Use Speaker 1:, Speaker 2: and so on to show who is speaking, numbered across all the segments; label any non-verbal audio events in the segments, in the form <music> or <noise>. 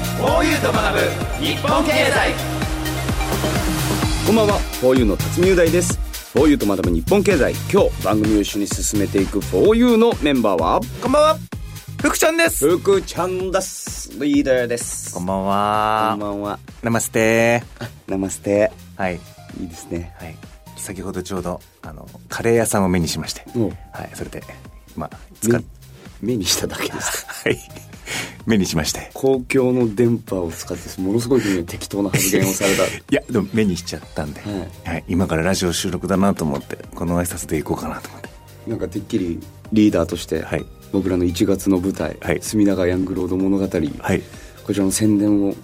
Speaker 1: と学ぶ日本経済
Speaker 2: こんばんは、フォーユーの辰巳雄大です。フォーユーとまとめ日本経済、今日番組を一緒に進めていくフォーユーのメンバーは、
Speaker 1: こんばんは福ちゃんです
Speaker 2: 福ちゃんです。リーダーです。
Speaker 3: こんばんは
Speaker 2: こん。ばんは。
Speaker 3: ナマステ。
Speaker 2: ナマステ。
Speaker 3: はい。
Speaker 2: いいですね。
Speaker 3: はい。先ほどちょうど、あの、カレー屋さんを目にしまして。
Speaker 2: お
Speaker 3: はい。それで、まあ、使
Speaker 2: 目
Speaker 3: っ、
Speaker 2: 目にしただけで
Speaker 3: <laughs>
Speaker 2: すか。
Speaker 3: はい。目にしまして。
Speaker 2: 公共の電波を使って、ものすごい適当な発言を
Speaker 3: <laughs>
Speaker 2: された。
Speaker 3: いや、でも目にしちゃったんで、
Speaker 2: は
Speaker 3: はい。今からラジオ収録だなと思って、この挨拶でいこうかなと思って。
Speaker 2: なんかてっきりリーダーとして、
Speaker 3: はい
Speaker 2: 僕らの1月の舞台、
Speaker 3: はい
Speaker 2: 隅田川ヤングロード物語、
Speaker 3: はい。
Speaker 2: こちらの宣伝を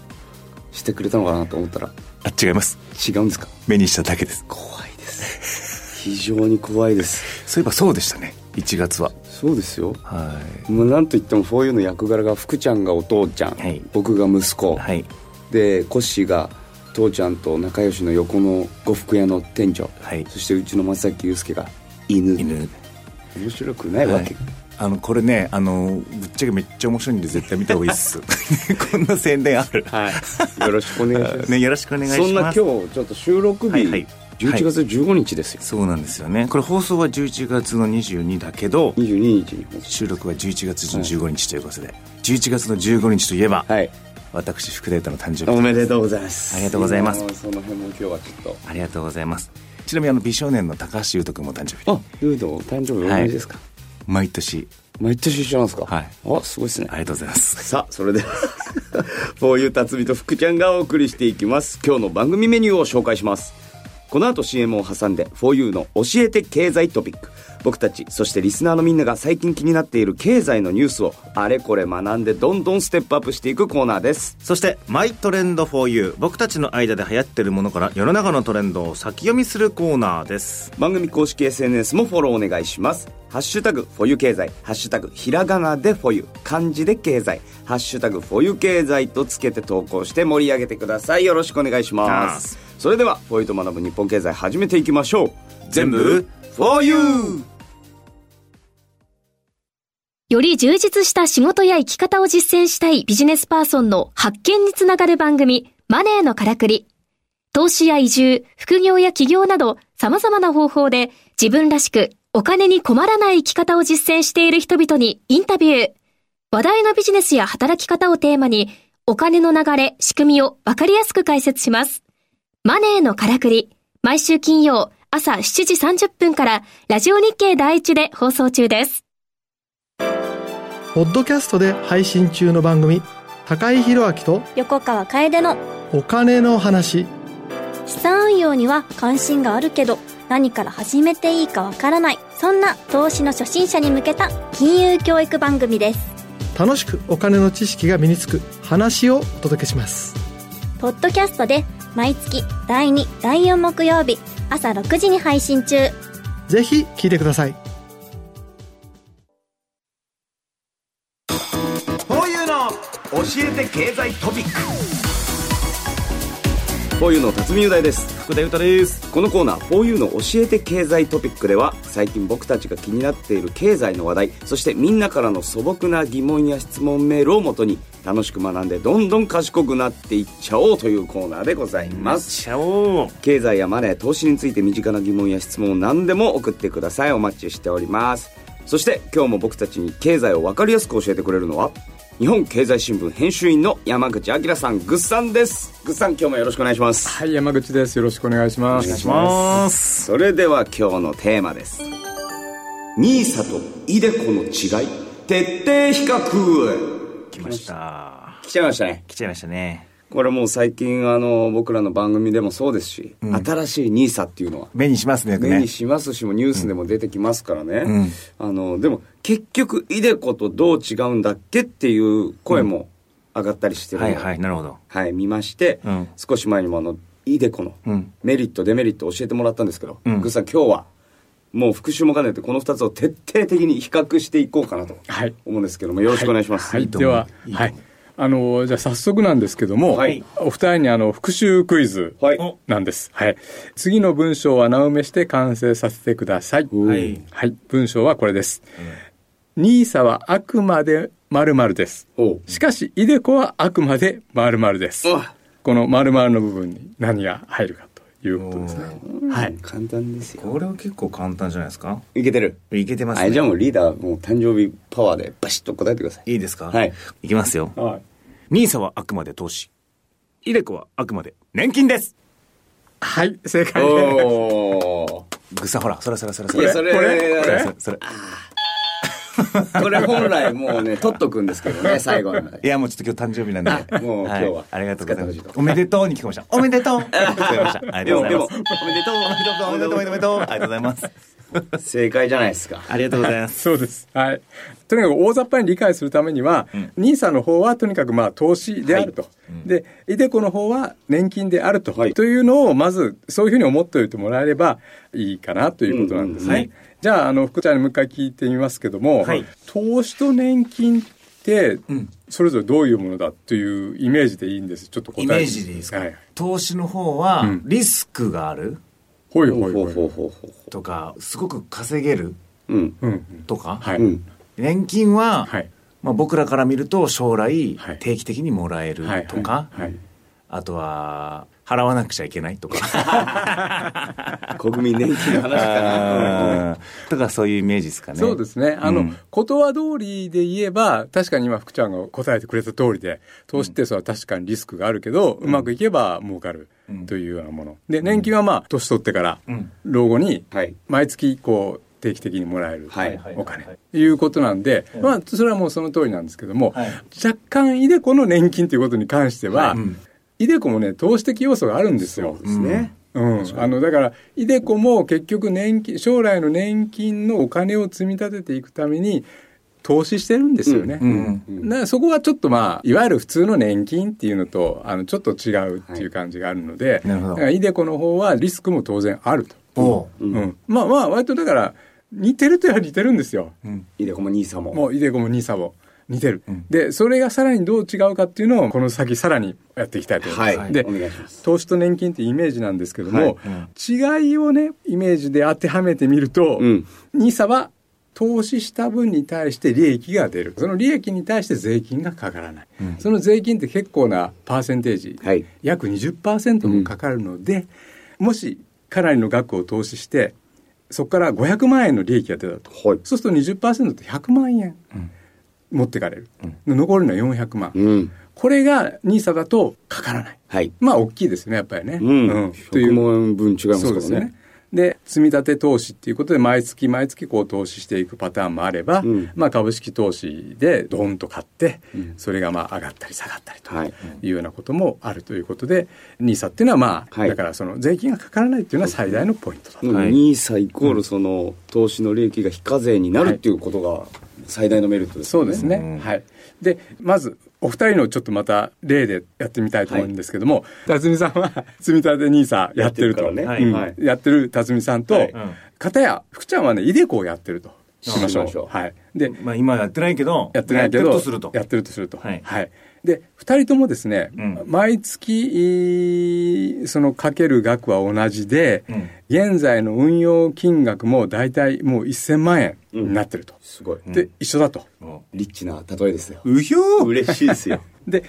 Speaker 2: してくれたのかなと思ったら、
Speaker 3: あ、違います。
Speaker 2: 違うんですか
Speaker 3: 目にしただけです。
Speaker 2: 怖いです。非常に怖いです。
Speaker 3: そういえばそうでしたね。1月は。
Speaker 2: そうですよ。
Speaker 3: は
Speaker 2: まあ、なんといっても、フォーユーの役柄が、福ちゃんがお父ちゃん、
Speaker 3: はい
Speaker 2: 僕が息子、
Speaker 3: い。はい。
Speaker 2: で、コッシーが父ちゃんと仲良しの横の呉服屋の店長、
Speaker 3: はい
Speaker 2: そしてうちの松崎祐介が犬。
Speaker 3: 犬。
Speaker 2: 面白くないわけ。
Speaker 3: はいあのこれねあのぶっちゃけめっちゃ面白いんで絶対見た方がいいっ
Speaker 4: <laughs>
Speaker 3: すこんな宣伝ある
Speaker 2: はい、よろしくお願い
Speaker 4: <laughs>
Speaker 2: します。
Speaker 3: ね、よろしくお願いします
Speaker 2: そんな今日ちょっと収録日、
Speaker 3: はいはい
Speaker 2: 11月15日ですよ、
Speaker 3: そうなんですよねこれ放送は11月の22だけど
Speaker 2: 22日に放送
Speaker 3: 収録は11月の15日ということで、11月の15日といえば、
Speaker 2: はい
Speaker 3: 私福田太の誕生日
Speaker 2: おめでとうございます
Speaker 3: ありがとうございます
Speaker 2: もうその辺も今日はちょっ
Speaker 3: ありがとうございますちなみにあの美少年の高橋優斗君も誕生日で
Speaker 2: とあルードお誕生日お同じですか、
Speaker 3: 毎年
Speaker 2: 毎年一緒なんですか
Speaker 3: はい
Speaker 2: あすごいですね、
Speaker 3: ありがとうございます
Speaker 2: さあそれではこういう辰巳と福ちゃんがお送りしていきます今日の番組メニューを紹介しますこの後 CM を挟んで 4U の教えて経済トピック僕たちそしてリスナーのみんなが最近気になっている経済のニュースをあれこれ学んでどんどんステップアップしていくコーナーです
Speaker 4: そして「マイトレンド 4U」僕たちの間で流行ってるものから世の中のトレンドを先読みするコーナーです
Speaker 2: 番組公式 SNS もフォローお願いします「ハッシュタグフォユ経済」「ハッシュタグひらがなでフォユ」漢字で経済「ハッシュタグフォユ経済」とつけて投稿して盛り上げてくださいよろしくお願いしますそれでは「フォユと学ぶ日本経済」始めていきましょう全部フォユ
Speaker 5: より充実した仕事や生き方を実践したいビジネスパーソンの発見につながる番組、マネーのからくり。投資や移住、副業や起業など様々な方法で自分らしくお金に困らない生き方を実践している人々にインタビュー。話題のビジネスや働き方をテーマにお金の流れ、仕組みをわかりやすく解説します。マネーのからくり。毎週金曜朝7時30分からラジオ日経第一で放送中です。
Speaker 6: ポッドキャストで配信中の番組、高井宏明と
Speaker 7: 横川楓の
Speaker 6: お金の話、
Speaker 7: 資産運用には関心があるけど何から始めていいかわからないそんな投資の初心者に向けた金融教育番組です
Speaker 6: 楽しくお金の知識が身につく話をお届けします。
Speaker 7: ポッドキャストで毎月第2第4木曜日朝6時に配信中
Speaker 6: ぜひ聞いてください。
Speaker 2: 「フォユの辰巳雄大です
Speaker 4: 福田裕太です
Speaker 2: このコーナー「4U の教えて経済トピック」では最近僕たちが気になっている経済の話題そしてみんなからの素朴な疑問や質問メールをもとに楽しく学んでどんどん賢くなっていっちゃおうというコーナーでございます
Speaker 4: ちゃおう。
Speaker 2: 経済やマネー投資について身近な疑問や質問を何でも送ってくださいお待ちしておりますそして今日も僕たちに経済を分かりやすく教えてくれるのは日本経済新聞編集員の山口明さんぐっさんですぐっさん今日もよろしくお願いします
Speaker 8: はい、山口です。よろしくお願いしま
Speaker 2: お願い
Speaker 8: す。
Speaker 2: しますそれでは今日のテーマですニーサとイデコの違い徹底比較
Speaker 3: 来ました
Speaker 2: 来ちゃいましたね
Speaker 3: 来ちゃいましたね
Speaker 2: これもう最近あの僕らの番組でもそうですし、新しいニーサっていうのは
Speaker 3: 目にしますねよく
Speaker 2: 目
Speaker 3: ね
Speaker 2: にしますしもニュースでも出てきますからね、
Speaker 3: うん
Speaker 2: あのでも結局イデコとどう違うんだっけっていう声も上がったりしてるの
Speaker 3: は
Speaker 2: で
Speaker 3: いはいなるほど
Speaker 2: はい、見まして、
Speaker 3: うん
Speaker 2: 少し前にもあの、イデコの
Speaker 3: うん
Speaker 2: メリット、デメリット教えてもらったんですけど、
Speaker 3: うん
Speaker 2: グッさん今日は、もう復習も兼ねてこの2つを徹底的に比較していこうかなと
Speaker 8: はい
Speaker 2: 思うんですけども、よろしくお願いします。
Speaker 8: はい、
Speaker 3: いと
Speaker 8: で
Speaker 3: 思う
Speaker 8: は、
Speaker 3: いいと思う
Speaker 8: はい。あの、じゃあ早速なんですけども、
Speaker 2: はい
Speaker 8: お二人にあの、復習クイズ
Speaker 2: はい
Speaker 8: なんです。はい。次の文章を穴埋めして完成させてください。はい文章はこれです。ニーサはあくまで〇〇です。
Speaker 2: おう
Speaker 8: しかし、イデコはあくまで〇〇です。
Speaker 2: おう
Speaker 8: この〇〇の部分に何が入るかということですね。
Speaker 2: はい。簡単ですよ。
Speaker 4: これは結構簡単じゃないですか
Speaker 2: いけてる。
Speaker 4: いけてます
Speaker 2: はい、じ
Speaker 4: ね
Speaker 2: ゃあもうリーダー、もう誕生日パワーでバシッと答えてください。
Speaker 4: いいですか
Speaker 2: はい。
Speaker 4: いきますよ
Speaker 8: はい。
Speaker 4: ニーサはあくまで投資イデコはあくまで年金です
Speaker 8: はい、正解です。
Speaker 2: おー。
Speaker 4: ぐさほらそれそれそれそ
Speaker 2: い
Speaker 4: れ
Speaker 2: や、
Speaker 4: そ
Speaker 2: そ
Speaker 4: れ
Speaker 2: れ、
Speaker 8: これこれ
Speaker 4: それそれ
Speaker 2: これ本来もうね、取っとくんですけどね、最後の。
Speaker 4: いやもうちょっと今日誕生日なんで
Speaker 2: あもう今日は
Speaker 4: ありがとうございま
Speaker 2: 使
Speaker 4: す
Speaker 2: ってほしいと
Speaker 4: おめでとうに聞こえましたおめ
Speaker 2: <laughs>
Speaker 4: でとう聞こえましたあり
Speaker 2: で
Speaker 4: がと
Speaker 2: も、
Speaker 4: うご
Speaker 2: で
Speaker 4: ざいま
Speaker 2: も
Speaker 4: す、おめでとうおめでとうおめでとうおめでとうありがとうございます
Speaker 2: 正解じゃないですか。
Speaker 4: ありがとうございます
Speaker 8: <laughs> そうです。はい。とにかく大雑把に理解するためには、ニーサの方はとにかくまあ投資であると。で、イデコの方は年金であると。
Speaker 2: はい
Speaker 8: というのをまずそういうふうに思っておいてもらえればいいかなということなんですね。
Speaker 4: うんうんうん
Speaker 8: じゃあ、あの、福ちゃんにもう一回聞いてみますけども、
Speaker 4: はい
Speaker 8: 投資と年金って、それぞれどういうものだというイメージでいいんです。ちょっと答え
Speaker 4: イメージでいいですか、
Speaker 8: はい。
Speaker 4: 投資の方は
Speaker 8: ん
Speaker 4: リスクがある
Speaker 8: ほい
Speaker 2: ほ
Speaker 8: ほ
Speaker 2: う
Speaker 8: い
Speaker 2: ほ
Speaker 8: ほ
Speaker 2: う
Speaker 8: い。
Speaker 2: ほうほうほ
Speaker 4: とかすごく稼げる
Speaker 2: う。うん。
Speaker 8: うんうん。
Speaker 4: とか、
Speaker 8: はい。
Speaker 2: うん。
Speaker 4: 年金は、
Speaker 8: はい。
Speaker 4: まあ、僕らから見ると将来
Speaker 8: はい
Speaker 4: 定期的にもらえる
Speaker 8: はい。
Speaker 4: とか、
Speaker 8: はい。
Speaker 4: あとは払わなくちゃいけない
Speaker 8: <laughs>
Speaker 4: とか
Speaker 2: 国民年金の話かな。うん
Speaker 4: あーとかそういうイメージですかね
Speaker 8: そうですね。あの、
Speaker 4: うん
Speaker 8: 言葉通りで言えば、確かに今福ちゃんが答えてくれた通りで、投資ってそれは確かにリスクがあるけど、うまくいけば儲かるというようなもの。で、年金はまあ、年取ってから、老後に
Speaker 2: はい。
Speaker 8: 毎月こう定期的にもらえる
Speaker 2: はい
Speaker 8: お金ということなんで、まあ、それはもうその通りなんですけども、若干イデコの年金ということに関しては、イデコもね投資的要素があるんですよ。
Speaker 2: ですね。
Speaker 8: うん、あのだからイデコも結局年金将来の年金のお金を積み立てていくために投資してるんですよね。
Speaker 4: うん
Speaker 8: だからそこがちょっとまあいわゆる普通の年金っていうのとあのちょっと違うっていう感じがあるので、
Speaker 4: なるほど
Speaker 8: だからイデコの方はリスクも当然あると。
Speaker 4: お
Speaker 8: うんまあまあ割とだから似てるといえば似てるんですよ。
Speaker 2: いいでこも兄さんも。
Speaker 8: もうイデコもニーサも似てる、でそれがさらにどう違うかっていうのをこの先さらにやっていきたいと思います。
Speaker 2: はい
Speaker 8: で
Speaker 2: お願いします
Speaker 8: 投資と年金ってイメージなんですけども、
Speaker 2: はい
Speaker 8: 違いをねイメージで当てはめてみると、
Speaker 2: うん
Speaker 8: ニーサは投資した分に対して利益が出るその利益に対して税金がかからない、その税金って結構なパーセンテージ、
Speaker 2: はい
Speaker 8: 約20%もかかるので、もしかなりの額を投資してそこから500万円の利益が出たと、
Speaker 2: はい
Speaker 8: そうすると20%って100万円持ってかれる、残るのは400万、
Speaker 2: うん。
Speaker 8: これが NISA だとかからない
Speaker 2: はい。
Speaker 8: まあ大きいですねやっぱりね、
Speaker 2: うん。
Speaker 8: とい
Speaker 2: 100
Speaker 8: う
Speaker 2: 万円分違いま
Speaker 8: そ
Speaker 2: す
Speaker 8: う
Speaker 2: か
Speaker 8: です
Speaker 2: ら
Speaker 8: ね
Speaker 2: ね。。
Speaker 8: で積み立て投資っていうことで毎月毎月こう投資していくパターンもあれば、
Speaker 2: うん
Speaker 8: まあ、株式投資でドンと買って、それがまあ上がったり下がったりと
Speaker 2: はい。
Speaker 8: いうようなこともあるということで NISA っていうのはまあ、
Speaker 2: はい
Speaker 8: だからその税金がかからないっていうのは最大のポイントだと。
Speaker 2: うんニーサイコールその投資の利益が非課税にな
Speaker 8: は
Speaker 2: る
Speaker 8: い
Speaker 2: っていうことが最大のメリットです
Speaker 8: そ
Speaker 2: よ
Speaker 8: うですね、はい、でまずお二人のちょっとまた例でやってみたいと思うんですけども、辰巳さんは積み立て NISA やってると
Speaker 2: やってるから
Speaker 8: う
Speaker 2: ね
Speaker 8: ん
Speaker 2: はい
Speaker 8: やってる辰巳さんと、
Speaker 2: はい
Speaker 8: 片や福ちゃんはねイデコをやってるとしましょ
Speaker 2: しま
Speaker 8: う
Speaker 2: しょう
Speaker 8: はい、で
Speaker 4: まあ今はやってないけど
Speaker 8: やってないけど
Speaker 4: やってるとすると
Speaker 8: やってるとすると
Speaker 4: はい
Speaker 8: で二人ともですね、
Speaker 4: うん
Speaker 8: 毎月えーそのかける額は同じで、
Speaker 4: うん
Speaker 8: 現在の運用金額も大体もう1000万円になってると、
Speaker 2: すごい。
Speaker 8: で一緒だと。
Speaker 2: リッチな例えですよ。
Speaker 4: うひょー
Speaker 2: 嬉しいですよ。
Speaker 8: で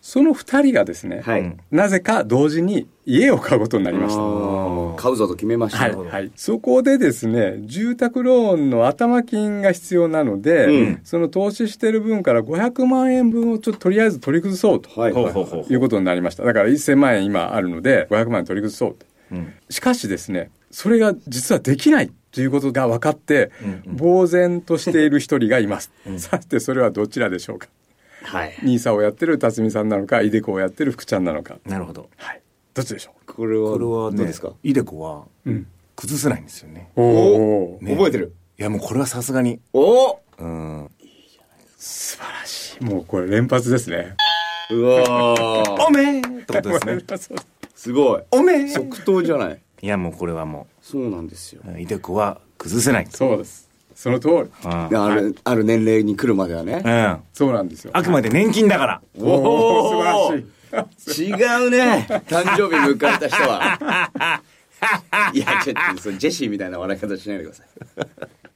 Speaker 8: その2人がですね、
Speaker 2: はい。
Speaker 8: なぜか同時に家を買うことになりました。
Speaker 2: ああ買うぞと決めました。
Speaker 8: はい、はい、そこでですね住宅ローンの頭金が必要なので、
Speaker 2: うん
Speaker 8: その投資してる分から500万円分をちょっととりあえず取り崩そうと
Speaker 2: はい。
Speaker 4: ほうほうほう
Speaker 8: いうことになりましただから1000万円今あるので500万円取り崩そうと、
Speaker 4: ん
Speaker 8: しかしですねそれが実はできないということが分かって、呆然としている一人がいます、さてそれはどちらでしょうか
Speaker 2: はい。
Speaker 8: ニーサをやってる辰巳さんなのかイデコをやってる福ちゃんなのか
Speaker 4: なるほど
Speaker 8: はいどっちでしょ
Speaker 2: これは、
Speaker 4: これは
Speaker 2: どう
Speaker 4: ね
Speaker 2: ですか
Speaker 4: イデコは
Speaker 8: う、うん、
Speaker 4: 崩せないんですよね
Speaker 8: おお、
Speaker 4: ね
Speaker 2: 覚えてる。
Speaker 4: いやもうこれはさすがに
Speaker 2: おお
Speaker 4: うん
Speaker 8: 素晴らしいもうこれ連発ですね
Speaker 2: うわー
Speaker 4: おめえってことです
Speaker 8: <laughs>
Speaker 4: ね
Speaker 2: <laughs> すごい。
Speaker 4: おめえ
Speaker 2: 即答じゃない。
Speaker 4: いやもうこれはも
Speaker 2: そうなんですよ。
Speaker 4: うイデコは崩せないと
Speaker 8: そうですその通り
Speaker 4: うん
Speaker 2: ある、ある年齢に来るまではね
Speaker 4: う。ん
Speaker 8: そうなんですよ
Speaker 4: あくまで年金だから。
Speaker 8: おお素晴らしい
Speaker 2: 違うね。誕生日迎えた人
Speaker 8: <laughs>
Speaker 2: は。いや、ちょっと、そのジェシーみたいな笑い方しないでください。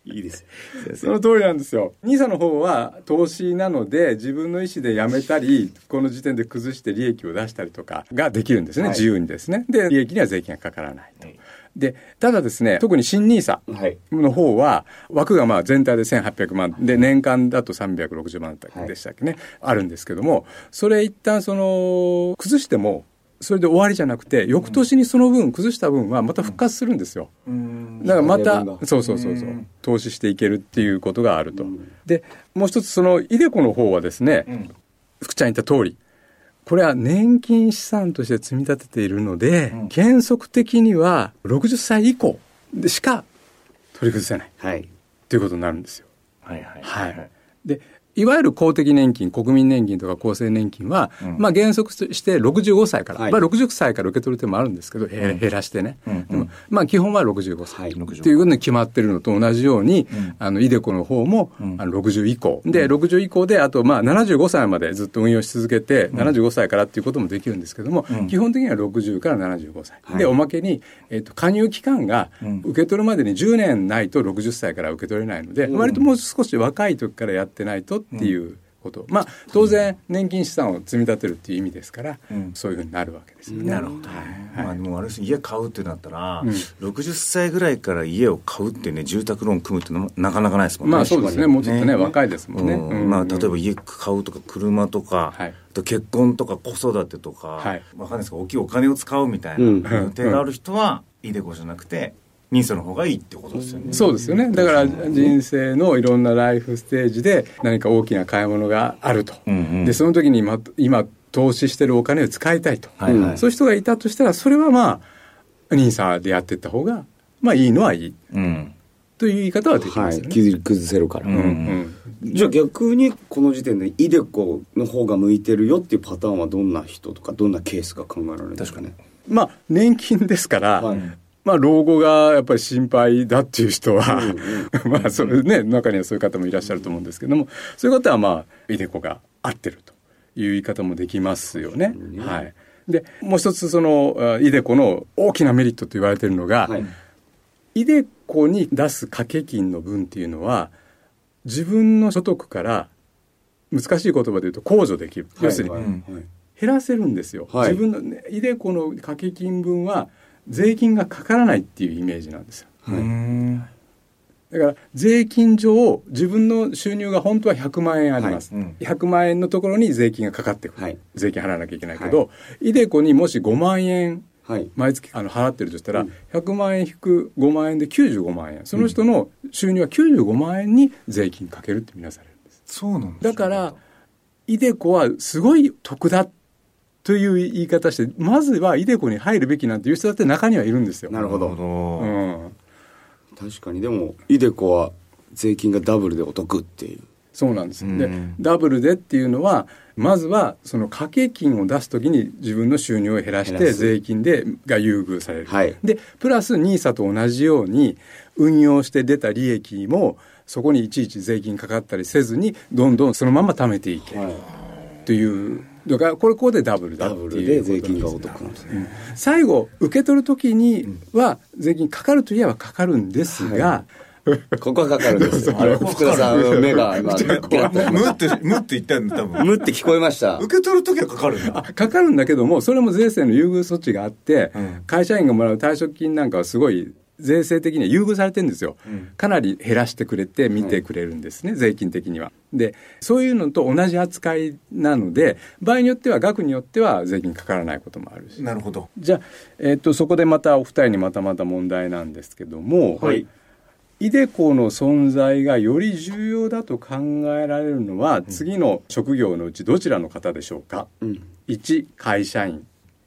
Speaker 2: いいですよ。
Speaker 8: その通りなんですよ。ニーサの方は投資なので自分の意思でやめたり、この時点で崩して利益を出したりとかができるんですね。
Speaker 2: はい
Speaker 8: 自由にですね。で、利益には税金がかからないと。で、ただですね、特に新ニーサ
Speaker 2: はい。
Speaker 8: の方は枠がまあ全体で1800万で年間だと360万だったっけでしたっけね、あるんですけどもそれ一旦その崩してもそれで終わりじゃなくて翌年にその分崩した分はまた復活するんですよ。だからま
Speaker 2: それ分
Speaker 8: た
Speaker 2: が
Speaker 8: そうそうそうそう投資していけるっていうことがあると。でもう一つそのイデコの方はですね、福ちゃん言った通りこれは年金資産として積み立てているので、原則的には60歳以降でしか取り崩せない
Speaker 2: はい。
Speaker 8: ということになるんですよ。
Speaker 4: はいはい
Speaker 8: はい。で、いわゆる公的年金、国民年金とか厚生年金は、まあ原則として65歳から、
Speaker 2: はい
Speaker 8: まあ60歳から受け取る手もあるんですけど、へ減らしてね。でもまあ基本は65歳、
Speaker 2: はい
Speaker 8: っていうことに決まってるのと同じように、あの、イデコの方も、あの60以降。で、60以降で、あとまあ75歳までずっと運用し続けて、75歳からっていうこともできるんですけども、基本的には60から75歳。で、おまけに、えっと、加入期間が受け取るまでに10年ないと60歳から受け取れないので、割ともう少し若い時からやってないとっていうこと。まあ、当然、年金資産を積み立てるっていう意味ですから、そういうふうになるわけですよね。
Speaker 4: なるほど、まあでもあれです家買うってなったら、60歳ぐらいから家を買うってね住宅ローン組むってのなかなかないですもんね
Speaker 8: まあそうですね、もうちょっとね、若いですもんね。
Speaker 4: うん
Speaker 8: うん
Speaker 4: まあ、例えば家買うとか車とか、
Speaker 8: はい
Speaker 4: あと結婚とか子育てとか、
Speaker 8: はい
Speaker 4: わかんないですけど大きいお金を使うみたいな
Speaker 2: うん
Speaker 4: 予定がある人は、イデコじゃなくてニーサの方がいいってことですよね。
Speaker 8: そうですよね。だから人生のいろんなライフステージで何か大きな買い物があると。
Speaker 4: うんうん
Speaker 8: で、その時に今今投資してるお金を使いたいと。
Speaker 4: はいはい
Speaker 8: そういう人がいたとしたら、それはまあ、兄さんでやっていった方が、まあいいのはいい
Speaker 4: うん
Speaker 8: という言い方はでき
Speaker 2: は
Speaker 8: ます
Speaker 2: い。
Speaker 8: よね。
Speaker 2: 傷崩せるから。
Speaker 8: うん
Speaker 2: じゃあ逆にこの時点でイデコの方が向いてるよっていうパターンはどんな人とかどんなケースが考えられるんですかね。
Speaker 8: うんまあ、年金ですから、
Speaker 2: はい
Speaker 8: まあ、老後がやっぱり心配だっていう人は、 <laughs> まあ、それね、中にはそういう方もいらっしゃると思うんですけども、そういう方は、まあ、イデコが合ってるという言い方もできますよね。はい。で、もう一つ、その、あイデコの大きなメリットと言われているのが、
Speaker 2: はい。
Speaker 8: イデコに出す掛け金の分っていうのは自分の所得から難しい言葉で言うと控除できる、要する
Speaker 2: はい
Speaker 8: に
Speaker 2: はい
Speaker 8: 減らせるんですよ、
Speaker 2: はい
Speaker 8: 自分のねイデコの掛け金分は税金がかからないっていうイメージなんですよ
Speaker 3: うん
Speaker 8: だから税金上自分の収入が本当は100万円あります、
Speaker 4: はいうん
Speaker 8: 100万円のところに税金がかかってくる、
Speaker 2: はい
Speaker 8: 税金払わなきゃいけないけど、イデコにもし5万円
Speaker 2: はい。
Speaker 8: 毎月あの払ってるとしたら、100万円引く5万円で95万円その人の収入は95万円に税金かけるってみなされるんです
Speaker 3: そうなんです
Speaker 8: だからイデコはすごい得だという言い方してまずはイデコに入るべきなんていう人だって中にはいるんですよ
Speaker 2: なるほ
Speaker 4: なるほ
Speaker 2: ど。
Speaker 4: ど、
Speaker 8: うん、
Speaker 2: 確かにでもイデコは税金がダブルでお得っていう。
Speaker 8: そうなんです、
Speaker 4: うん
Speaker 8: でダブルでっていうのはまずはその掛け金を出すときに自分の収入を減らし
Speaker 2: 減
Speaker 8: て
Speaker 2: らす
Speaker 8: 税金でが優遇される、
Speaker 2: はい
Speaker 8: でプラス NISA と同じように運用して出た利益もそこにいちいち税金かかったりせずにどんどんそのまま貯めていけるという、だからこれここでダブルだ
Speaker 2: ダ
Speaker 8: って
Speaker 2: ブル
Speaker 8: い
Speaker 2: で
Speaker 8: うこと
Speaker 2: 税金が
Speaker 8: なん
Speaker 2: お
Speaker 8: ですね
Speaker 2: 得なんですね。
Speaker 8: 最後受け取るときには税金かかるといえばかかるんですが、
Speaker 2: ここはかかるんです <laughs> よ。あれ福田さんの目が今
Speaker 4: <laughs>
Speaker 3: むってむって言ったんだ多分
Speaker 2: むって聞こえま <laughs> した。
Speaker 3: 受け取る時はかかるんだ
Speaker 8: かかるんだけどもそれも税制の優遇措置があって、
Speaker 3: うん
Speaker 8: 会社員がもらう退職金なんかはすごい税制的には優遇されてるんですよ、かなり減らしてくれて見てくれるんですね、税金的にはでそういうのと同じ扱いなので場合によっては額によっては税金かからないこともあるし
Speaker 3: なるほど
Speaker 8: じゃあ、えっとそこでまたお二人にまたまた問題なんですけども、
Speaker 2: はい
Speaker 8: イデコの存在がより重要だと考えられるのは、次の職業のうちどちらの方でしょうか、
Speaker 2: ん
Speaker 8: 1会社員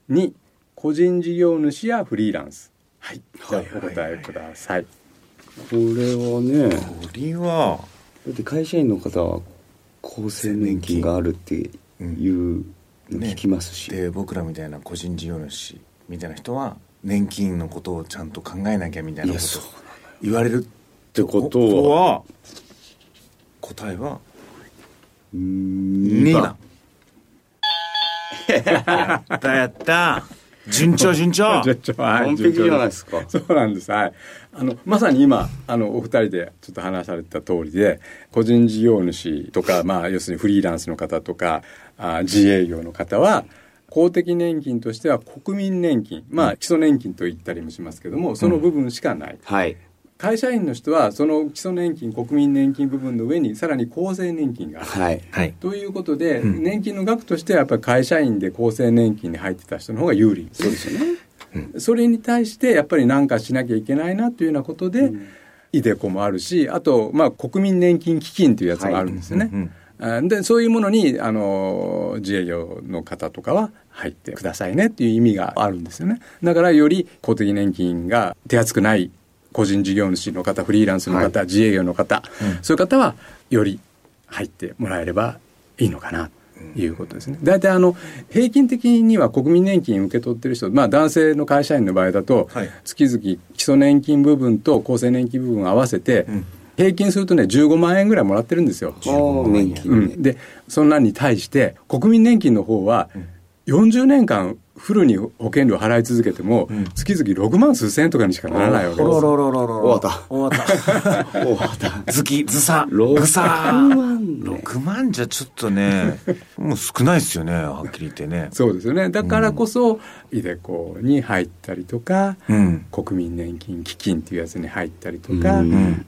Speaker 8: 2個人事業主やフリーランスはいじゃあお答えください
Speaker 2: これはね、だ
Speaker 4: これは
Speaker 2: って会社員の方は厚生年金があるっていうの聞きますし。
Speaker 4: で僕らみたいな個人事業主みたいな人は年金のことをちゃんと考えなきゃみたいなこ
Speaker 2: いやそ
Speaker 4: と
Speaker 2: う
Speaker 4: 言われる
Speaker 2: ってことは
Speaker 4: は答えは
Speaker 2: 2
Speaker 4: 2番やったやった順調順
Speaker 8: <laughs>
Speaker 4: 調
Speaker 8: 順調はい
Speaker 2: 完璧じゃないですか
Speaker 8: 順調 <laughs> そうなんですはいあのまさに今あのお二人でちょっと話された通りで個人事業主とか、まあ、要するにフリーランスの方とかあ自営業の方は公的年金としては国民年金まあ基礎年金と言ったりもしますけどもその部分しかない、
Speaker 2: はい。
Speaker 8: 会社員の人はその基礎年金国民年金部分の上にさらに厚生年金がある
Speaker 2: はい。
Speaker 3: はい。
Speaker 8: ということで、年金の額としてはやっぱり会社員で厚生年金に入ってた人の方が有利そうですよね。それに対してやっぱり何かしなきゃいけないなというようなことで、イデコもあるしあと、まあ、国民年金基金というやつもあるんですよね。あでそういうものにあの自営業の方とかは入ってくださいねっていう意味があるんですよねだからより公的年金が手厚くない個人事業主の方フリーランスの方、自営業の方、そういう方はより入ってもらえればいいのかなということですね。大体あの平均的には国民年金受け取ってる人、まあ、男性の会社員の場合だと、
Speaker 4: はい
Speaker 8: 月々基礎年金部分と厚生年金部分を合わせて、平均するとね15万円ぐらいもらってるんですよ。
Speaker 2: おー年
Speaker 8: う
Speaker 2: 金で。
Speaker 8: ん、でそんなに対して国民年金の方は40年間フルに保険料払い続けても月々6万数千円とかにしかならないわけ
Speaker 4: お
Speaker 8: で
Speaker 4: ろ
Speaker 8: す。
Speaker 4: ろろろろ
Speaker 2: 終わった
Speaker 4: 終わった終わったずきずさ
Speaker 2: 六
Speaker 4: ぐさ
Speaker 2: 万ね
Speaker 4: 6万じゃちょっとねもう少ないですよねはっきり言ってね
Speaker 8: そうですよねだからこそ、イデコに入ったりとか、
Speaker 4: うん
Speaker 8: 国民年金基金っていうやつに入ったりとか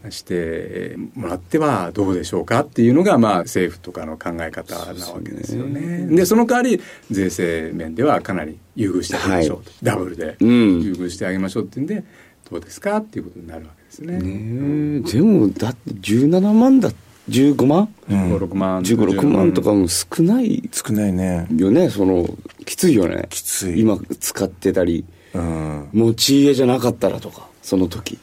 Speaker 8: してもらってはどうでしょうかっていうのが、まあ、政府とかの考え方なわけですよね。でその代わり税制面ではかなり優遇してあげましょうと、ダブルで
Speaker 2: う
Speaker 8: 優
Speaker 2: ん
Speaker 8: 遇してあげましょうっていうんでどうですかっていうことになるわけですね。
Speaker 2: えーでも、だって17万だ、15万
Speaker 8: 15 6万
Speaker 2: ?15、6万とかも少ない
Speaker 3: 少ないね。
Speaker 2: よね、その、きついよね。
Speaker 3: きつい
Speaker 2: 今使ってたり、
Speaker 3: うん。
Speaker 2: 持ち家じゃなかったらとか、その時。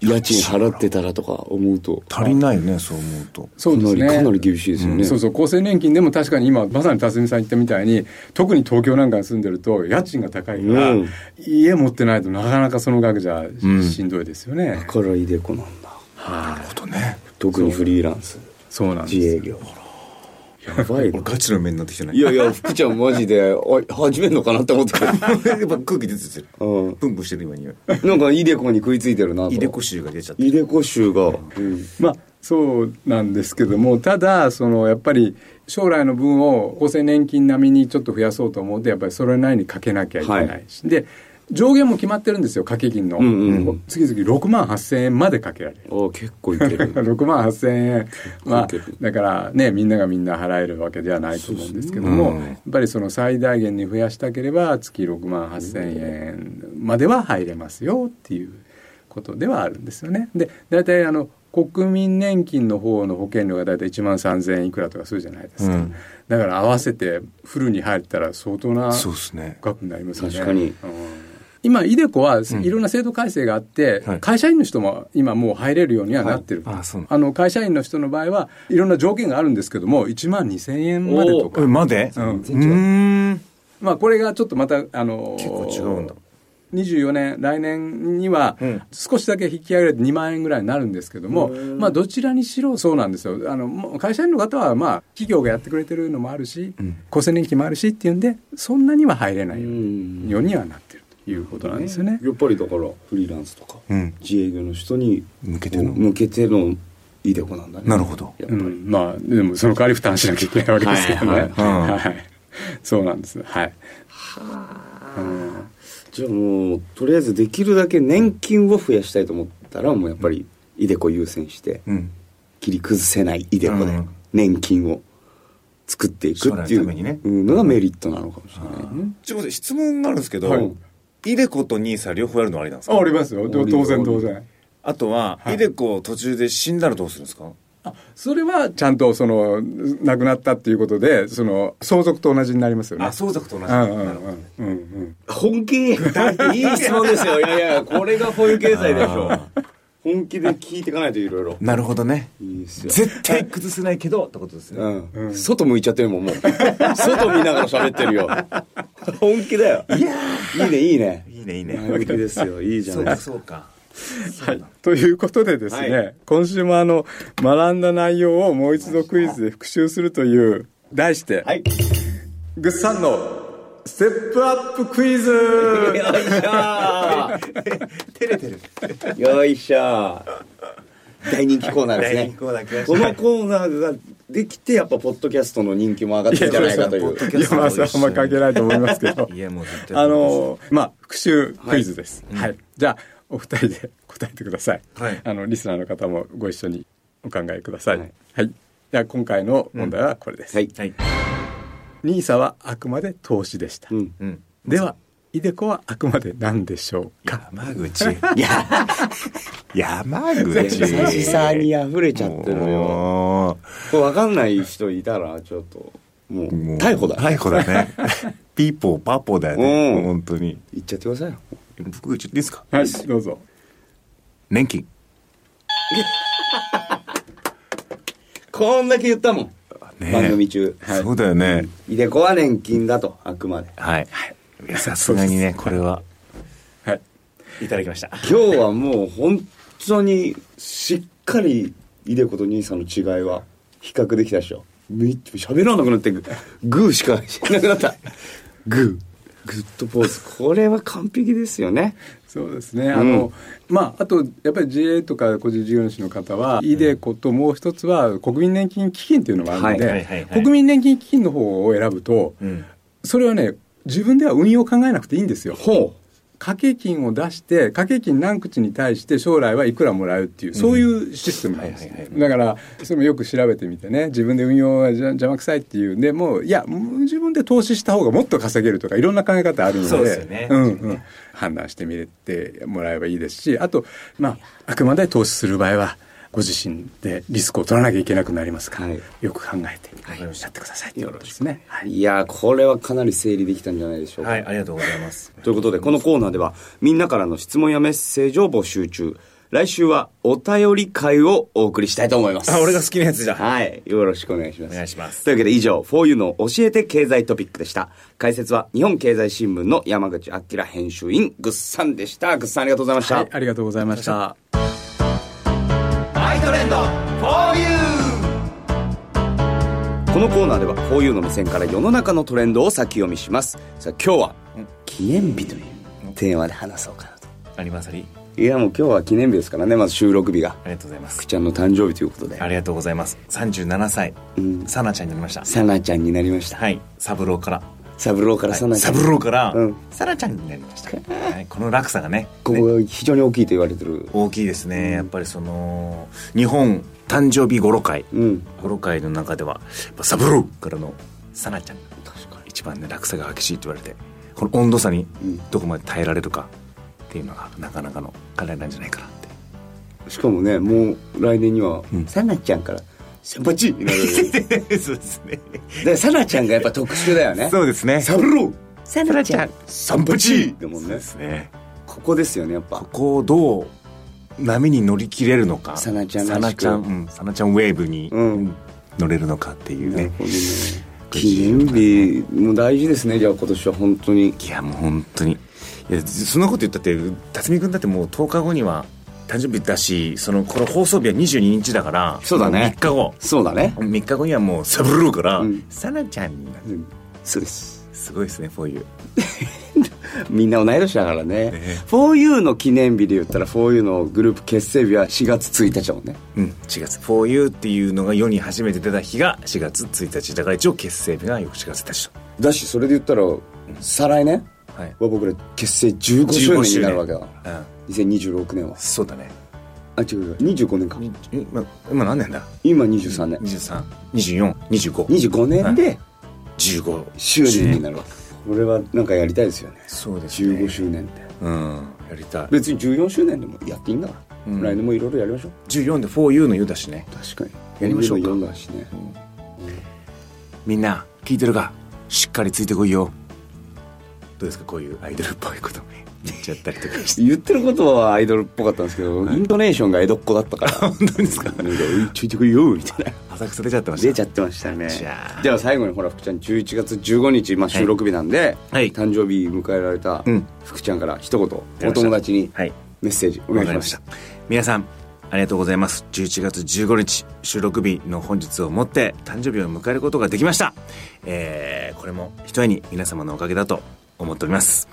Speaker 2: 家賃払ってたらとか思うと。
Speaker 3: 足りないね、そう思うと。
Speaker 8: そうですね
Speaker 2: かなりかなり厳しいですよね。
Speaker 8: そうそう厚生年金でも確かに今まさに辰巳さん言ったみたいに特に東京なんかに住んでると家賃が高いから、
Speaker 2: うん
Speaker 8: 家持ってないとなかなかその額じゃし,、んどいですよね
Speaker 2: だからイデコなんだ。
Speaker 3: なるほどね。
Speaker 2: 特にフリーランス、
Speaker 8: そうなんです
Speaker 2: 自営業。やばいな。
Speaker 3: ガチの面になってきてない
Speaker 2: <laughs> やいや、福ちゃんマジで、おい始めんのかなって思ってた。
Speaker 4: <laughs> やっぱ空気出てる
Speaker 2: <laughs> うん
Speaker 4: プンプンしてる今に
Speaker 2: なんか、イデコに食いついてるなと。
Speaker 4: イデコ臭が出ちゃって
Speaker 2: イデコ州が。うん
Speaker 8: まあそうなんですけどもただそのやっぱり将来の分を厚生年金並みにちょっと増やそうと思うとやっぱりそれなりにかけなきゃいけないし、で上限も決まってるんですよ掛け金の、
Speaker 2: んうんう
Speaker 8: 月々6万8,000円までかけられる。
Speaker 2: ああ、結構いけ <laughs>
Speaker 8: <laughs>
Speaker 2: る。
Speaker 8: 6万8,000円、
Speaker 3: <laughs>
Speaker 8: まあ
Speaker 2: 結構いける、
Speaker 8: だからねみんながみんな払えるわけではないと思うんですけども、
Speaker 3: そうですねうん
Speaker 8: やっぱりその最大限に増やしたければ月6万8,000円までは入れますよっていうことではあるんですよね。で大体あの国民年金の方の保険料が大体1万3,000円いくらとかするじゃないですか、
Speaker 3: うん
Speaker 8: だから合わせてフルに入ったら相当な
Speaker 3: そうですね。
Speaker 8: 額になりますよね。
Speaker 2: 確かに
Speaker 8: うん今イデコはいろんな制度改正があって、
Speaker 3: はい
Speaker 8: 会社員の人も今もう入れるようにはなってる、
Speaker 3: はいあそうなん
Speaker 8: の会社員の人の場合はいろんな条件があるんですけども1万2,000円までとか
Speaker 3: え、までう
Speaker 8: うん
Speaker 3: ーん。
Speaker 8: まあ、これがちょっとまた、あの
Speaker 4: 結構違うんだ
Speaker 8: 24年来年には少しだけ引き上げられて2万円ぐらいになるんですけども、まあ、どちらにしろそうなんですよあのもう会社員の方はまあ企業がやってくれてるのもあるし、厚生年金もあるしっていうんでそんなには入れないよう
Speaker 2: うん
Speaker 8: にようにはなってるということなんですよね。
Speaker 2: やっぱりだから、フリーランスとか、
Speaker 3: うん
Speaker 2: 自営業の人に
Speaker 3: 向けての
Speaker 2: 向けてのイデコなんだね。
Speaker 3: なるほど。
Speaker 2: やっ
Speaker 8: う
Speaker 2: ぱり。
Speaker 8: ん、まあでもその代わり負担しなきゃいけないわけですけどね。
Speaker 2: は
Speaker 8: はいい、
Speaker 2: はい
Speaker 8: はいそうなんです。はい。
Speaker 2: じゃあもう、とりあえずできるだけ年金を増やしたいと思ったら、もうやっぱり、イデコ優先して、
Speaker 3: うん。
Speaker 2: 切り崩せないイデコ
Speaker 4: う
Speaker 2: で
Speaker 4: ん、
Speaker 2: 年金を作っていくってい
Speaker 4: 将来のためにね
Speaker 2: ううんのがメリットなのかもしれないね。
Speaker 3: ちょっと質問があるんですけど、
Speaker 2: はい
Speaker 3: イデコとニーサ両方やるのありなんですか
Speaker 8: あ、おりますよ。当然当然。
Speaker 4: あとは、イデコ途中で死んだらどうするんですか
Speaker 8: それはちゃんとその亡くなったっていうことでその相続と同じになりますよね。
Speaker 4: 相続と同
Speaker 8: うんうんうんうんうん。
Speaker 2: 本気だっていい質問 <laughs> ですよ。いやいや、これがこういう経済でしょ。本気で聞いていかないといろいろ。
Speaker 3: なるほどね。
Speaker 2: いいですよ。
Speaker 3: 絶対、
Speaker 4: 崩せないけどってことですね
Speaker 2: うん。外向いちゃってるもん、もう。外見ながら喋ってるよ。本気だよ。いやいいね、いいね。
Speaker 4: いいねいいね
Speaker 2: 本気です <laughs> よ。いいじゃないですか。
Speaker 4: そうか
Speaker 8: はい。ということでですね、
Speaker 2: は
Speaker 8: 今週もあの学んだ内容をもう一度クイズで復習するという題して、
Speaker 2: はい。
Speaker 8: ぐっさんのステップアップクイズ
Speaker 2: よいしょー
Speaker 4: 照れてる。
Speaker 2: よいしょー大人気コーナーですね
Speaker 4: 大人気コーナー来ました
Speaker 2: このコーナーができてやっぱポッドキャストの人気も上がってるんじゃないかとい
Speaker 4: いや
Speaker 2: う
Speaker 4: そうそうポッドキャ
Speaker 8: いやまあそれはあんまり関係ないと思いますけど
Speaker 4: いやもう絶対
Speaker 8: あのまあ復習クイズですはい、じゃあお二人で答えてください、
Speaker 4: はい
Speaker 8: あのリスナーの方もご一緒にお考えくださいはい、じゃあ今回の問題はこれです、
Speaker 2: はい
Speaker 4: はい。
Speaker 8: ニーサはあくまで投資でした、
Speaker 2: うん
Speaker 4: うん。
Speaker 8: ではイデコはあくまで何でしょうか
Speaker 3: 山口。いや、山
Speaker 2: 優
Speaker 3: 口。
Speaker 2: しさに溢れちゃってるよ
Speaker 3: も
Speaker 2: これ分かんない人いたらちょっともう
Speaker 3: うもう
Speaker 2: 逮捕だ
Speaker 3: 逮捕だね。ピーポーパーポーだよね。
Speaker 2: うん
Speaker 3: 本当に。
Speaker 2: 言っちゃってくださいよ
Speaker 3: 僕、ちょっといいですか
Speaker 8: はいどうぞ
Speaker 3: 年金。
Speaker 2: こんだけ言ったもん、
Speaker 3: ねえ
Speaker 2: 番組中、
Speaker 3: そうだよね。
Speaker 2: いでこは年金だとあくまで
Speaker 3: はい。いやさすがにね、これは。
Speaker 8: はい
Speaker 4: いただきました。
Speaker 2: 今日はもう本当にしっかりいでこと兄さんの違いは比較できたでしょめっちゃ喋らなくなってググーしかしなくなったグーグッドポーズこれは完璧ですよね
Speaker 8: そうですね。あの、まああとやっぱり JA とか個人事業主の方は、イデコともう一つは国民年金基金っていうのがあるので、
Speaker 4: はいはいはいはい
Speaker 8: 国民年金基金の方を選ぶと、
Speaker 4: ん
Speaker 8: それはね自分では運用を考えなくていいんですよ。
Speaker 2: ほ
Speaker 8: 掛け金を出して掛け金何口に対して将来はいくらもらうっていうそういうシステムなんです、だからそれもよく調べてみてね自分で運用はじゃ邪魔くさいっていうでもういやもう自分で投資した方がもっっと稼げるとかいろんな考え方あるので
Speaker 4: そうですよね
Speaker 8: うんうん、判断してみれてもらえばいいですしあと、まあ、あくまで投資する場合はご自身でリスクを取らなきゃいけなくなりますから、
Speaker 2: はい
Speaker 8: よく考えておっしゃってくださいということですね。は
Speaker 2: う
Speaker 8: い
Speaker 2: いやーこれはかなり整理できたんじゃないでしょうか、
Speaker 4: はい、ありがとうございます。
Speaker 2: ということでこのコーナーではみんなからの質問やメッセージを募集中来週はお便り会をお送りしたいと思います
Speaker 4: あ、俺が好きなやつじゃん。
Speaker 2: はい。よろしくお願いします。
Speaker 4: お願いします
Speaker 2: というわけで以上、4U の教えて経済トピックでした。解説は日本経済新聞の山口明編集員、ぐっさんでした。ぐっさんありがとうございました。
Speaker 8: はい、ありがとうございました。
Speaker 1: マイトレンド 4U
Speaker 2: このコーナーでは 4U の目線から世の中のトレンドを先読みします。さあ今日は、記念日というテーマで話そうかなと。
Speaker 4: アニバーサリー、
Speaker 2: いやもう今日は記念日ですからね、まず収録日が。
Speaker 4: ありがとうございます
Speaker 2: く。ちゃんの誕生日ということで
Speaker 4: あ。りがとうございます。37歳、
Speaker 2: うん
Speaker 4: サナちゃんになりました。
Speaker 2: サナちゃんになりました。
Speaker 4: はい、サブローから。
Speaker 2: サブローから
Speaker 4: はい
Speaker 2: サナちゃ
Speaker 4: サ
Speaker 2: ん。
Speaker 4: ブローから、
Speaker 2: うん
Speaker 4: サナちゃんにな
Speaker 2: <laughs>
Speaker 4: りました。はい、この落差がね、
Speaker 2: ここが非常に大きいと言われてる。
Speaker 4: 大きいですね。やっぱりその、日本誕生日語呂会、
Speaker 2: うん。
Speaker 4: 語呂会の中では、やっぱサブローからのサナちゃん。確かに。一番ね、落差が激しいと言われて、この温度差に
Speaker 2: ん
Speaker 4: どこまで耐えられるかっていうのが、なかなかの課題なんじゃないかなって。
Speaker 2: しかもねもう来年には、
Speaker 4: ん
Speaker 2: サナちゃんからサンパ <laughs> チになるよね <laughs>
Speaker 4: そうですね。
Speaker 2: でサナちゃんがやっぱ特殊だよね
Speaker 3: そうですね。
Speaker 2: サブロー
Speaker 4: サナちゃん。
Speaker 2: サンパチだもん
Speaker 4: そう
Speaker 2: ね
Speaker 4: ですね。
Speaker 2: ここですよねやっぱ
Speaker 3: ここをどう波に乗り切れるのか。
Speaker 2: さなちゃんら
Speaker 3: さな
Speaker 2: しく
Speaker 3: ちゃん、うんさなちゃんウェーブに
Speaker 2: うん
Speaker 3: 乗れるのかっていう
Speaker 2: なる
Speaker 3: ね。
Speaker 2: ほどね記念日も大事ですねじゃあ今年は本当に
Speaker 4: いや、もう本当に。いや、そんなこと言ったって、辰巳君だってもう10日後には誕生日だし、その、この放送日は22日だから、
Speaker 2: そうだね
Speaker 4: も3日後。
Speaker 2: そうだね、
Speaker 4: 3日後にはもうサブローから
Speaker 2: うん、
Speaker 4: さなちゃんになる。
Speaker 2: うん、そうです
Speaker 4: すごいですね、こういう。
Speaker 2: みんな同い年だからね 4U の記念日で言ったら 4U のグループ結成日は4月1日だもんね
Speaker 4: うん、4月。For You っていうのが世に初めて出た日が4月1日。だから一応結成日が4月1日と。
Speaker 2: だしそれで言ったら再来年
Speaker 4: はい
Speaker 2: は僕ら結成15周年になるわけだから
Speaker 4: うん。
Speaker 2: 2026年は
Speaker 4: そうだね。
Speaker 2: あ違う違う25年か
Speaker 4: に今、今何年だ
Speaker 2: 今23年
Speaker 4: 23、24、25、
Speaker 2: 25年で
Speaker 4: 15。
Speaker 2: 周年になるわけこれはなんかやりたいですよね
Speaker 4: そうですね。
Speaker 2: 15周年って
Speaker 4: うん、やりたい。
Speaker 2: 別に14周年でもやっていいんだから、
Speaker 4: うん
Speaker 2: 来年もいろいろやりましょう
Speaker 4: 14で 4U の U だしね。
Speaker 2: 確かに
Speaker 4: やりましょうか
Speaker 2: 読んだしね
Speaker 4: みんな、聞いてるかしっかりついてこいよ。どうですか、こういうアイドルっぽいこと <laughs> 言っちゃったり <laughs> とかして。
Speaker 2: 言ってることはアイドルっぽかったんですけど、イントネーションが江戸っ子だったから本当ですか「なんかうんついてくるよ」みたいな
Speaker 4: 浅草出ちゃってました。
Speaker 2: 出ちゃってましたね
Speaker 4: じゃあ
Speaker 2: では最後にほら福ちゃん11月15日、まあ、収録日なんで、
Speaker 4: はい
Speaker 2: 誕生日迎えられた
Speaker 4: うん
Speaker 2: 福ちゃんから一言、
Speaker 4: りま
Speaker 2: お
Speaker 4: した
Speaker 2: 友達に
Speaker 4: はい
Speaker 2: メッセージお願いしました
Speaker 4: 皆さん、ありがとうございます11月15日収録日の本日をもって誕生日を迎えることができました、えーこれも一重に皆様のおかげだと思っております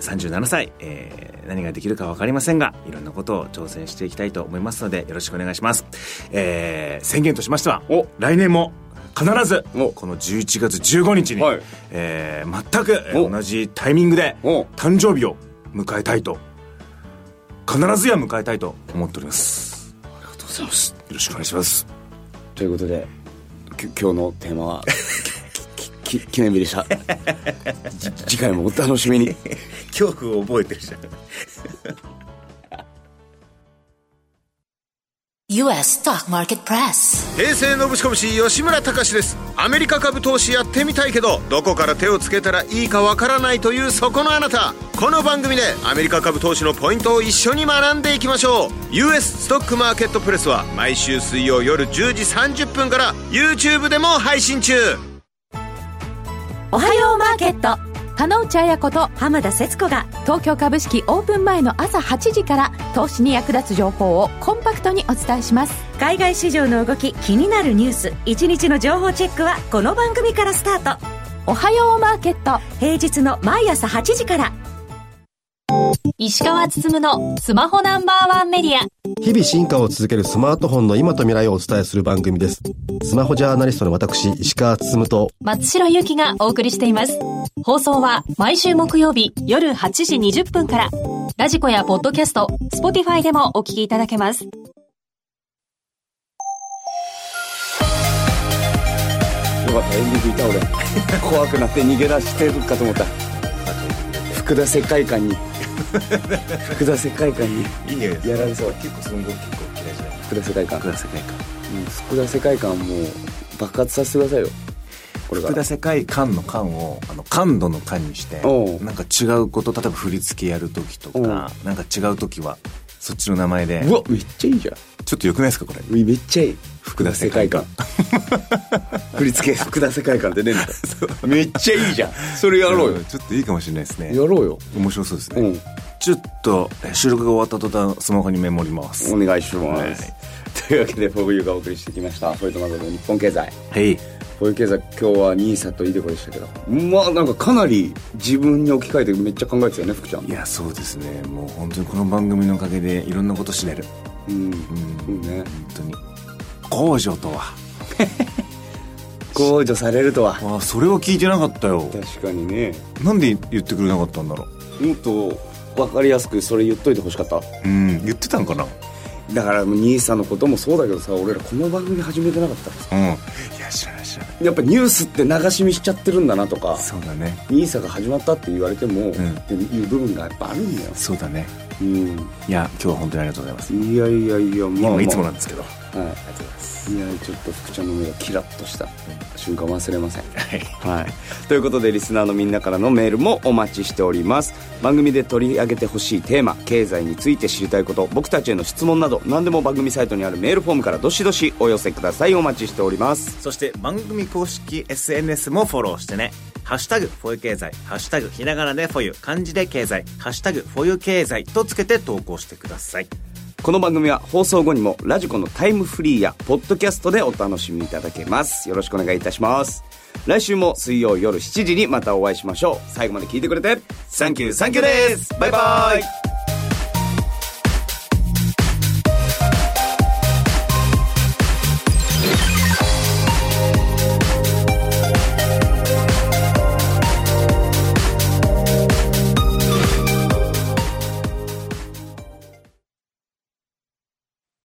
Speaker 4: 37歳、えー何ができるか分かりませんがいろんなことを挑戦していきたいと思いますのでよろしくお願いします、えー宣言としましては
Speaker 2: お
Speaker 4: 来年も必ず
Speaker 2: お
Speaker 4: この11月15日に、
Speaker 2: はい
Speaker 4: えー全くえー
Speaker 2: お
Speaker 4: 同じタイミングで
Speaker 2: お
Speaker 4: 誕生日を迎えたいと必ずや迎えたいと思っておりますありがとうございますよろしくお願いします
Speaker 2: ということでき今日のテーマはききき記念日でしたじ次回もお楽しみに
Speaker 4: 恐怖を覚えてるじゃん
Speaker 9: US Stock Market Press
Speaker 1: 平成のぶしこぶし吉村隆ですアメリカ株投資やってみたいけどどこから手をつけたらいいかわからないというそこのあなたこの番組でアメリカ株投資のポイントを一緒に学んでいきましょう US ストックマーケットプレスは毎週水曜夜10時30分から YouTube でも配信中
Speaker 10: おはようマーケット花内彩子と浜田節子が東京株式オープン前の朝8時から投資に役立つ情報をコンパクトにお伝えします
Speaker 11: 海外市場の動き気になるニュース一日の情報チェックはこの番組からスタート
Speaker 10: おはようマーケット
Speaker 11: 平日の毎朝8時から
Speaker 5: 石川つつむのスマホナンバーワンメディア。
Speaker 12: 日々進化を続けるスマートフォンの今と未来をお伝えする番組です。スマホジャーナリストの私、石川つつむと、
Speaker 5: 松代ゆきがお送りしています。放送は毎週木曜日夜8時20分から、ラジコやポッドキャスト、Spotify でもお聞きいただけます。
Speaker 2: よかったエンディングいた俺怖くなって逃げ出してるかと思った福田世界観に福田世界観に
Speaker 4: いい匂い
Speaker 2: やられそう
Speaker 4: 結構その後結構嫌いじゃない
Speaker 2: 福田世界観
Speaker 4: 福田世界観
Speaker 2: うん福田世界観もう爆発させてくださいよこれか
Speaker 4: 福田
Speaker 2: ら
Speaker 4: 世界観の観をあの感度の感にして
Speaker 2: おう
Speaker 4: なんか違うこと例えば振り付けやる時と
Speaker 2: おう
Speaker 4: かなんか違う時はそっちの名前で
Speaker 2: うわめっちゃいいじゃん
Speaker 4: ちょっと良くないですかこれ
Speaker 2: うわめっちゃいい
Speaker 4: 福田世界観
Speaker 2: <laughs> 振り付け福田世界観ってねえんだめっちゃいいじゃんそれやろうよ
Speaker 4: んちょっといいかもしれないですね
Speaker 2: やろうよ
Speaker 4: 面白そうですね、
Speaker 2: うん
Speaker 4: ちょっとえ収録が終わった途端スマホにメモります
Speaker 2: お願いします、
Speaker 4: は
Speaker 2: というわけで「フォーユーがお送りしてきました「フォーユーとマグの日本経済」
Speaker 4: はい
Speaker 2: フォーユー経済今日はニーサとイデコでしたけどまあなんかかなり自分に置き換えてめっちゃ考えてたよね福ちゃん
Speaker 4: いやそうですねもう本当にこの番組のおかげでいろんなこと知れる
Speaker 2: うん
Speaker 4: うん
Speaker 2: そうね
Speaker 4: 本当に公女とは
Speaker 2: 控除されるとは
Speaker 4: あそれは聞いてなかったよ
Speaker 2: 確かにね
Speaker 4: なんで言ってくれなかったんだろう
Speaker 2: もっと分かりやすくそれ言っといてほしかった
Speaker 4: うん言ってたんかな
Speaker 2: だからもう兄さんのこともそうだけどさ俺らこの番組始めてなかったらさ
Speaker 4: うんいや知らない知らない
Speaker 2: やっぱニュースって流し見しちゃってるんだなとか
Speaker 4: そうだね
Speaker 2: ニーサが始まったって言われても、っていう部分がやっぱあるんだよ、
Speaker 4: そうだね
Speaker 2: うん、
Speaker 4: いや今日は本当にありがとうございます
Speaker 2: いやいやいやまあ、ま
Speaker 4: 今
Speaker 2: あ、
Speaker 4: いつもなんですけど
Speaker 2: はい
Speaker 4: ありがとうございます
Speaker 2: いやちょっと福ちゃんの目がキラッとした瞬間忘れませんはい、ということでリスナーのみんなからのメールもお待ちしております番組で取り上げてほしいテーマ経済について知りたいこと僕たちへの質問など何でも番組サイトにあるメールフォームからどしどしお寄せくださいお待ちしております
Speaker 4: そして番組公式 SNS もフォローしてね。ハッシュタグ、フォユ経済、ハッシュタグ、ひらがなでフォユ、漢字で経済、ハッシュタグ、フォユ経済とつけて投稿してください。
Speaker 2: この番組は放送後にもラジコのタイムフリーやポッドキャストでお楽しみいただけますよろしくお願いいたします来週も水曜夜7時にまたお会いしましょう最後まで聞いてくれてサンキューサンキューですバイバイ